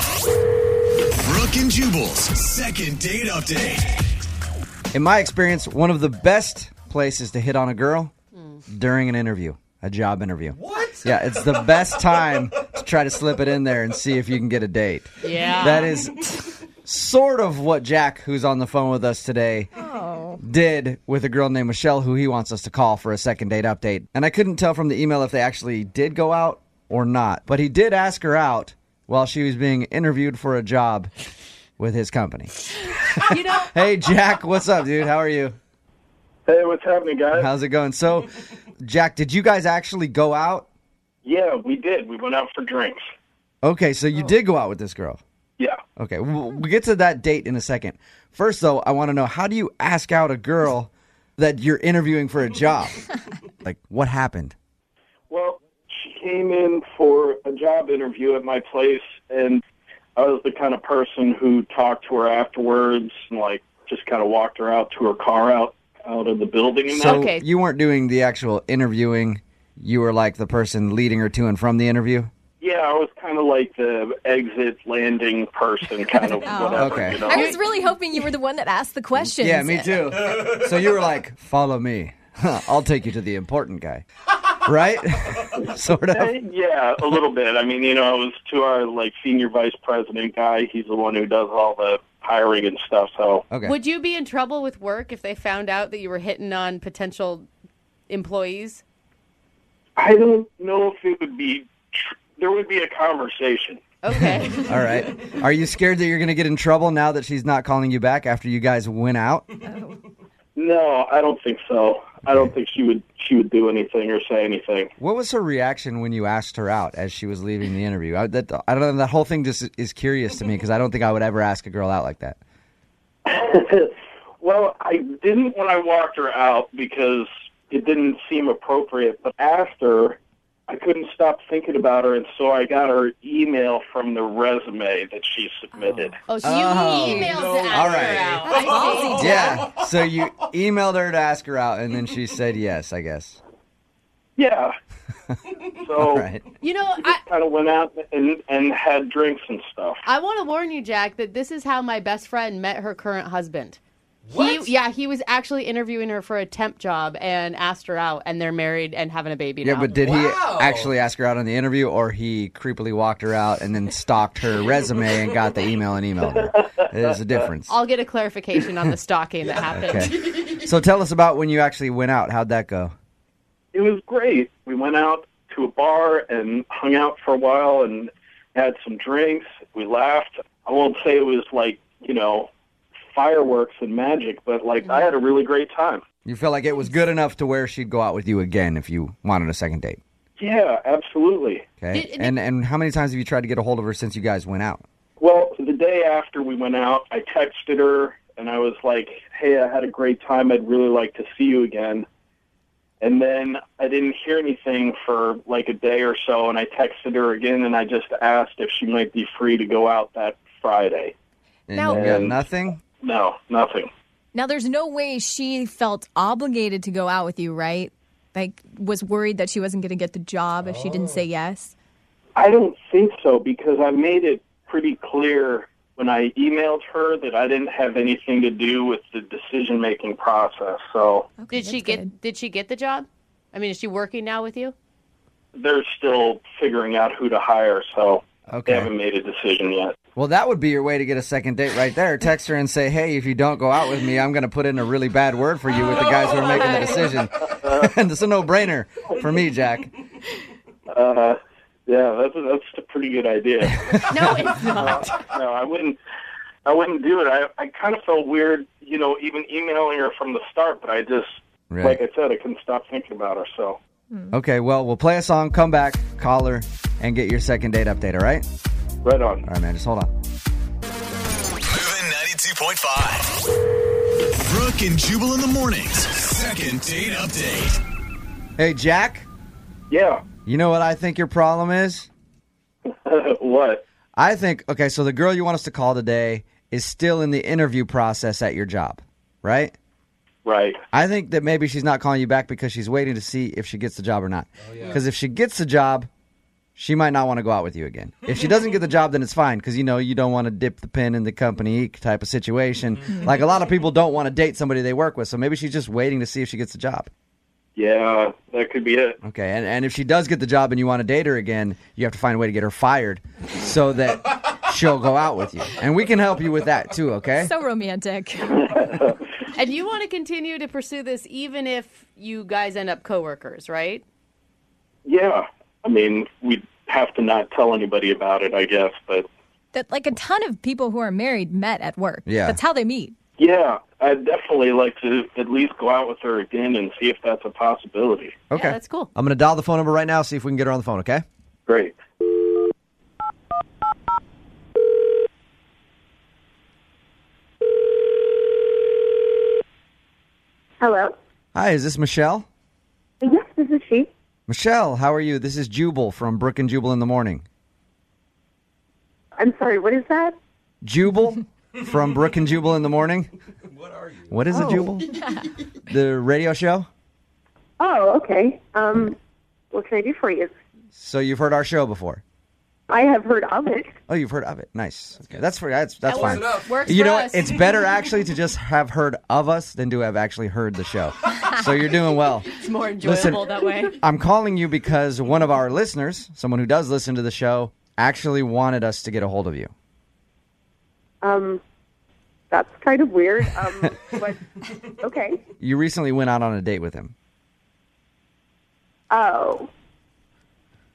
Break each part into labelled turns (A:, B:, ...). A: 92.5. Brooke and Jubal's second date update.
B: In my experience, one of the best places to hit on a girl during an interview, a job interview.
C: What?
B: Yeah, it's the best time to try to slip it in there and see if you can get a date.
D: Yeah.
B: That is sort of what Jack, who's on the phone with us today, did with a girl named Michelle, who he wants us to call for a second date update. And I couldn't tell from the email if they actually did go out or not, but he did ask her out while she was being interviewed for a job with his company.
D: you know,
B: Hey, Jack, what's up, dude? How are you?
E: Hey, what's happening, guys?
B: How's it going? So, Jack, did you guys actually go out?
E: yeah, we did. We went out for drinks.
B: Okay, so you did go out with this girl.
E: Yeah.
B: Okay, we'll, we'll get to that date in a second. First, though, I want to know how do you ask out a girl that you're interviewing for a job? like, what happened?
E: Well, she came in for a job interview at my place, and I was the kind of person who talked to her afterwards and, like, just kind of walked her out to her car out out of the building. And
B: So,
E: that.
D: Okay.
B: you weren't doing the actual interviewing, you were like the person leading her to and from the interview?
E: Yeah, I was kind of like the exit landing person, kind of whatever.
B: Oh, Okay.
E: You know?
F: I was really hoping you were the one that asked the questions.
B: Yeah, me too. so, you were like, follow me. Huh, I'll take you to the important guy. Right? sort of.
E: Yeah, a little bit. I mean, you know, I was to our like senior vice president guy. He's the one who does all the hiring and stuff. So
B: Okay.
D: would you be in trouble with work if they found out that you were hitting on potential employees?
E: I don't know if it would be. Tr- there would be a conversation.
D: Okay.
B: All right. Are you scared that you're going to get in trouble now that she's not calling you back after you guys went out?
E: No, I don't think so. I don't think she would. She would do anything or say anything.
B: What was her reaction when you asked her out as she was leaving the interview? I, that, I don't know. That whole thing just is curious to me because I don't think I would ever ask a girl out like that.
E: well, I didn't when I walked her out because it didn't seem appropriate. But after, I couldn't stop thinking about her, and so I got her email from the resume that she submitted.
D: Oh, so
B: Oh.
D: you emailed
B: No.
D: to ask
B: All
D: her
B: right.
D: out. I see.
B: Yeah. So you emailed her to ask her out, and then she said yes. I guess.
E: Yeah. so
B: All right.
D: You know, I,
E: kind of went out and and had drinks and stuff.
D: I want to warn you, Jack, that this is how my best friend met her current husband.
C: What?
D: He, yeah, he was actually interviewing her for a temp job and asked her out, and they're married and having a baby
B: Yeah,
D: now.
B: but did
C: Wow.
B: he actually ask her out on the interview, or he creepily walked her out and then stalked her resume and got the email and emailed her? There's a difference.
D: I'll get a clarification on the stalking that happened.
B: Okay. So tell us about when you actually went out. How'd that go?
E: It was great. We went out to a bar and hung out for a while and had some drinks. We laughed. I won't say it was like you know fireworks and magic, but like I had a really great time.
B: You felt like it was good enough to where she'd go out with you again if you wanted a second date.
E: Yeah, absolutely.
B: Okay.
D: Did- did-
B: and and how many times have you tried to get a hold of her since you guys went out?
E: Well, the day after we went out, I texted her and I was like, "Hey, I had a great time. I'd really like to see you again." And then I didn't hear anything for like a day or so, and I texted her again and I just asked if she might be free to go out that Friday.
B: And
F: No.
B: you got nothing?
E: No, nothing.
F: Now, there's no way she felt obligated to go out with you, right? Like, was worried that she wasn't going to get the job if she didn't
B: Oh.
F: say yes.
E: I don't think so because I made it pretty clear when I emailed her that I didn't have anything to do with the decision making process. So
D: Did she
F: that's
D: get
F: good.
D: did she get the job? I mean, is she working now with you?
E: they're still figuring out who to hire. So
B: Okay.
E: they haven't made a decision yet.
B: Well, that would be your way to get a second date right there. Text her and say, "Hey, if you don't go out with me, I'm going to put in a really bad word for you with the guys who are making the decision." and it's a no-brainer for me, Jack.
E: Uh, yeah, that's a, that's a pretty good idea.
D: No, it's not.
E: no, I wouldn't. I wouldn't do it. I I kind of felt weird, you know, even emailing her from the start. But I just,
B: Right.
E: like I said, I couldn't stop thinking about her. So
B: Okay. Well, we'll play a song, come back, call her, and get your second date update. All right.
E: right on.
B: All right, man. Just hold on.
A: Moving 92.5. Brooke and Jubal in the mornings. Second date update.
B: Hey, Jack.
E: Yeah.
B: You know what I think your problem is?
E: what?
B: I think okay, so the girl you want us to call today is still in the interview process at your job, right?
E: Right.
B: I think that maybe she's not calling you back because she's waiting to see if she gets the job or not. Because if she gets the job, she might not want to go out with you again. If she doesn't get the job, then it's fine because you know you don't want to dip the pen in the company ink type of situation. Like a lot of people don't want to date somebody they work with, so maybe she's just waiting to see if she gets the job.
E: Yeah, that could be it.
B: Okay, and, and if she does get the job and you want to date her again, you have to find a way to get her fired so that she'll go out with you. And we can help you with that too, okay?
F: So romantic.
D: And you want to continue to pursue this even if you guys end up coworkers, right?
E: Yeah, I mean, we'd have to not tell anybody about it, I guess. But
F: that like a ton of people who are married met at work.
B: Yeah.
F: That's how they meet.
E: yeah, I'd definitely like to at least go out with her again and see if that's a possibility.
B: okay.
D: Yeah, that's cool.
B: I'm going to dial the phone number right now, see if we can get her on the phone, okay?
E: Great.
C: Hello.
B: Hi, is this Michelle?
C: Yes, this is she.
B: Michelle, how are you? This is Jubal from Brook and Jubal in the Morning.
C: I'm sorry. What is that?
B: Jubal from Brook and Jubal in the Morning. What are you? What is
D: Oh.
B: a Jubal? the radio show?
C: Oh, okay. Um, what can I do for you?
B: So you've heard our show before.
C: I have heard of it.
B: Oh, you've heard of it. Nice. Okay, That's for that's that's
D: That
B: fine.
D: works- Works,
B: you
D: for
B: know
D: us.
B: what? It's better actually to just have heard of us than to have actually heard the show. so you're doing well.
D: It's more enjoyable
B: Listen.
D: that way.
B: I'm calling you because one of our listeners, someone who does listen to the show, actually wanted us to get a hold of you.
C: Um, that's kind of weird. Um, but okay.
B: You recently went out on a date with him.
C: Oh,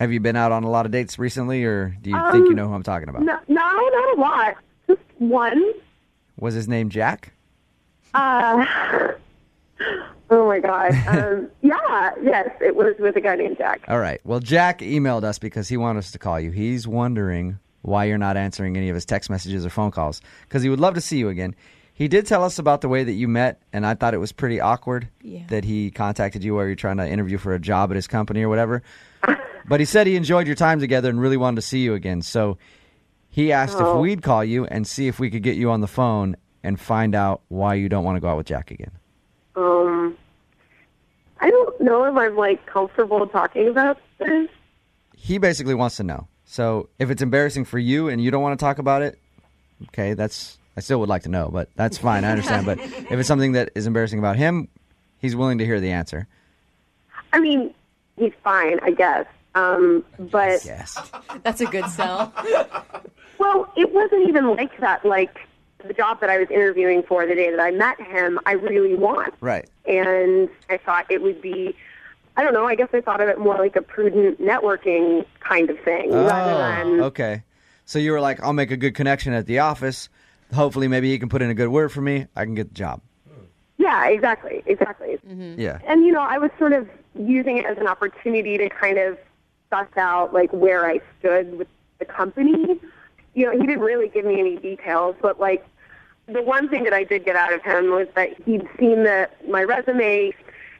B: Have you been out on a lot of dates recently, or do you think you
C: Um,
B: know who I'm talking about?
C: no, no, not a lot. Just one.
B: Was his name Jack?
C: Uh, oh my god. Um, yeah. Yes, it was with a guy named Jack.
B: All right. Well, Jack emailed us because he wanted us to call you. He's wondering why you're not answering any of his text messages or phone calls because he would love to see you again. He did tell us about the way that you met, and I thought it was pretty awkward
F: Yeah.
B: that he contacted you while you're trying to interview for a job at his company or whatever. but he said he enjoyed your time together and really wanted to see you again. So he asked if
C: Oh.
B: we'd call you and see if we could get you on the phone and find out why you don't want to go out with Jack again.
C: Um, I don't know if I'm like comfortable talking about this.
B: he basically wants to know. So if it's embarrassing for you and you don't want to talk about it, okay, that's I still would like to know, but that's fine. I understand. but if it's something that is embarrassing about him, he's willing to hear the answer.
C: I mean, he's fine, I guess. Um, but
B: Yes.
D: That's a good sell.
C: well, it wasn't even like that. Like the job that I was interviewing for the day that I met him, I really want,
B: Right.
C: and I thought it would be. I don't know. I guess I thought of it more like a prudent networking kind of thing rather than.
B: Oh, okay. So you were like, I'll make a good connection at the office. Hopefully, maybe he can put in a good word for me. I can get the job.
C: Yeah, exactly, exactly.
B: Yeah.
C: And you know, I was sort of using it as an opportunity to kind of suss out like where I stood with the company. You know, he didn't really give me any details, but like the one thing that I did get out of him was that he'd seen the my resume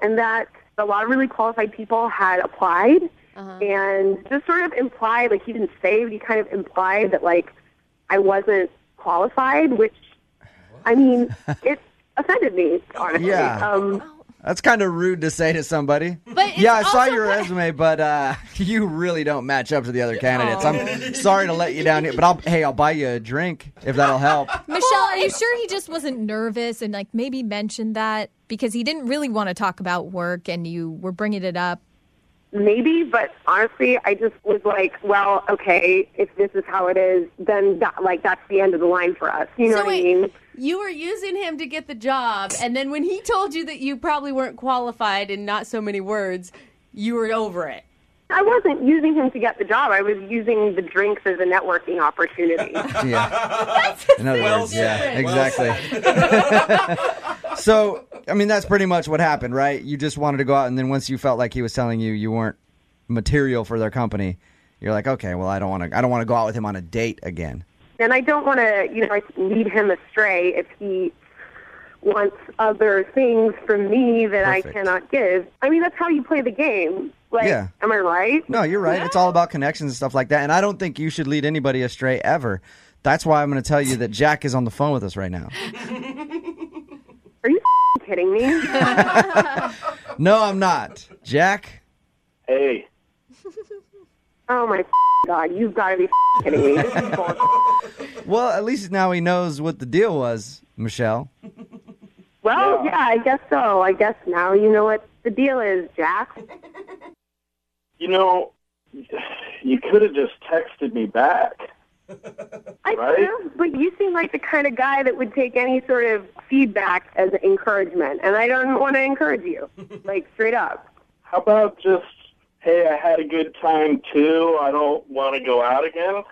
C: and that a lot of really qualified people had applied
B: Uh-huh.
C: and just sort of implied like he didn't say but he kind of implied that like I wasn't qualified, which I mean, it offended me, honestly.
B: Yeah.
C: Um
B: That's kind of rude to say to somebody.
D: But it's
B: yeah, I saw
D: also
B: your
D: kind-
B: resume, but uh, you really don't match up to the other candidates. I'm sorry to let you down here, but I'll hey, I'll buy you a drink if that'll help.
F: Michelle, are you sure he just wasn't nervous and like maybe mentioned that because he didn't really want to talk about work and you were bringing it up?
C: Maybe, but honestly, I just was like, well, okay, if this is how it is, then that, like that's the end of the line for us. You know
D: So
C: what
D: wait,
C: I mean?
D: you were using him to get the job, and then when he told you that you probably weren't qualified in not so many words, you were over it.
C: I wasn't using him to get the job. I was using the drinks as a networking opportunity.
B: Yeah. In other words, yeah,
D: said.
B: exactly. so, I mean, that's pretty much what happened, right? You just wanted to go out, and then once you felt like he was telling you you weren't material for their company, you're like, okay, well, I don't want to. I don't want to go out with him on a date again.
C: and I don't want to, you know, like, lead him astray if he wants other things from me that I
B: Perfect.
C: cannot give. I mean, that's how you play the game. Like,
B: Yeah.
C: am I right?
B: No, you're right. It's all about connections and stuff like that. And I don't think you should lead anybody astray ever. That's why I'm going to tell you that Jack is on the phone with us right now.
C: Are you f***ing kidding me?
B: No, I'm not. Jack,
E: Hey,
C: Oh my god, you've got to be kidding me. This is bullshit.
B: Well, at least now he knows what the deal was, Michelle.
C: Well, yeah, I guess so. I guess now you know what the deal is, Jack.
E: You know, you could have just texted me back.
C: I
E: Right?
C: do, but you seem like the kind of guy that would take any sort of feedback as encouragement, and I don't want to encourage you, like straight up.
E: How about just, hey, I had a good time too. I don't want to go out again.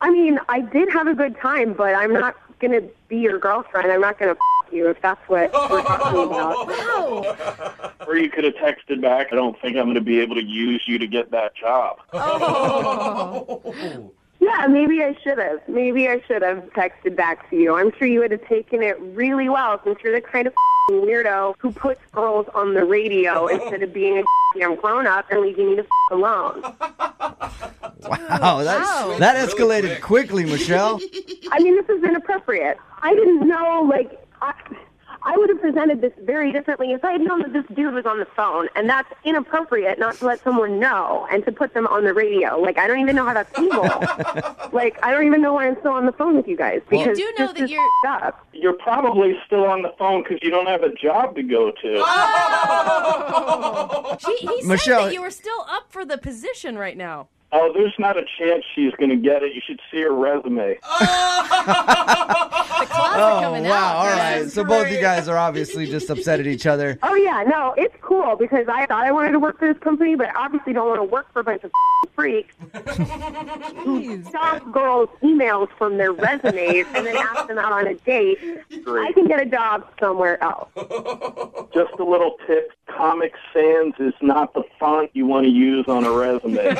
C: I mean, I did have a good time, but I'm not gonna be your girlfriend. I'm not gonna f- you if that's what we're talking about.
E: Or you could have texted back, I don't think I'm going to be able to use you to get that job.
C: Yeah, maybe I should have. Maybe I should have texted back to you. I'm sure you would have taken it really well, since you're the kind of f***ing weirdo who puts girls on the radio instead of being a damn grown up and leaving me the f- alone.
B: Wow, Oh, that, that escalated quickly, Michelle.
C: I mean, this is inappropriate. I didn't know, like, I, I would have presented this very differently if I had known that this dude was on the phone, and that's inappropriate not to let someone know and to put them on the radio. Like, I don't even know how that's legal. like, I don't even know why I'm still on the phone with you guys because
D: do know
C: this
D: that
C: is
D: you're-
C: up.
E: You're probably still on the phone because you don't have a job to go to.
D: She, he
B: Michelle-
D: said that you were still up for the position right now.
E: Oh, there's not a chance she's going to get it. You should see her resume.
B: Oh, wow. All right. So both you guys are obviously just upset at each other.
C: Oh yeah, no, it's cool because I thought I wanted to work for this company, but I obviously don't want to work for a bunch of freaks who stop girls' emails from their resumes and then ask them out on a date. I
E: Great.
C: can get a job somewhere else.
E: Just a little tip Comic Sans is not the font you want to use on a resume.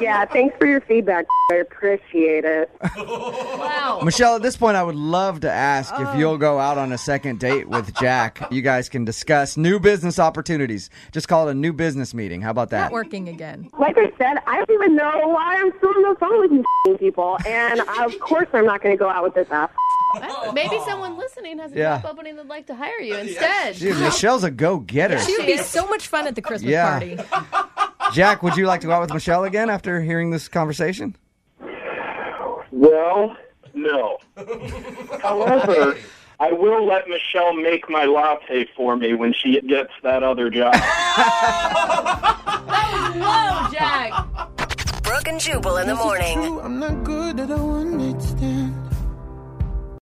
C: Yeah, thanks for your feedback. I appreciate it.
D: Wow.
B: Michelle, at this point, I would love to ask if you'll go out on a second date with Jack. You guys can discuss new business opportunities. Just call it a new business meeting. How about that?
F: Not working again.
C: Like I said, I don't even know why I'm still on the phone with you f***ing people, and of course I'm not going to go out with this ass.
D: Well, Maybe someone listening has a
B: Yeah.
D: job opening that'd like to hire you instead.
B: Dude, Michelle's a go getter.
F: She would be so much fun at the Christmas
B: Yeah.
F: party.
B: Jack, would you like to go out with Michelle again after hearing this conversation?
E: Well, no. However, I will let Michelle make my latte for me when she gets that other job.
D: Whoa, Jack.
G: Brooke and Jubal in the morning.
H: I'm not good at I understand.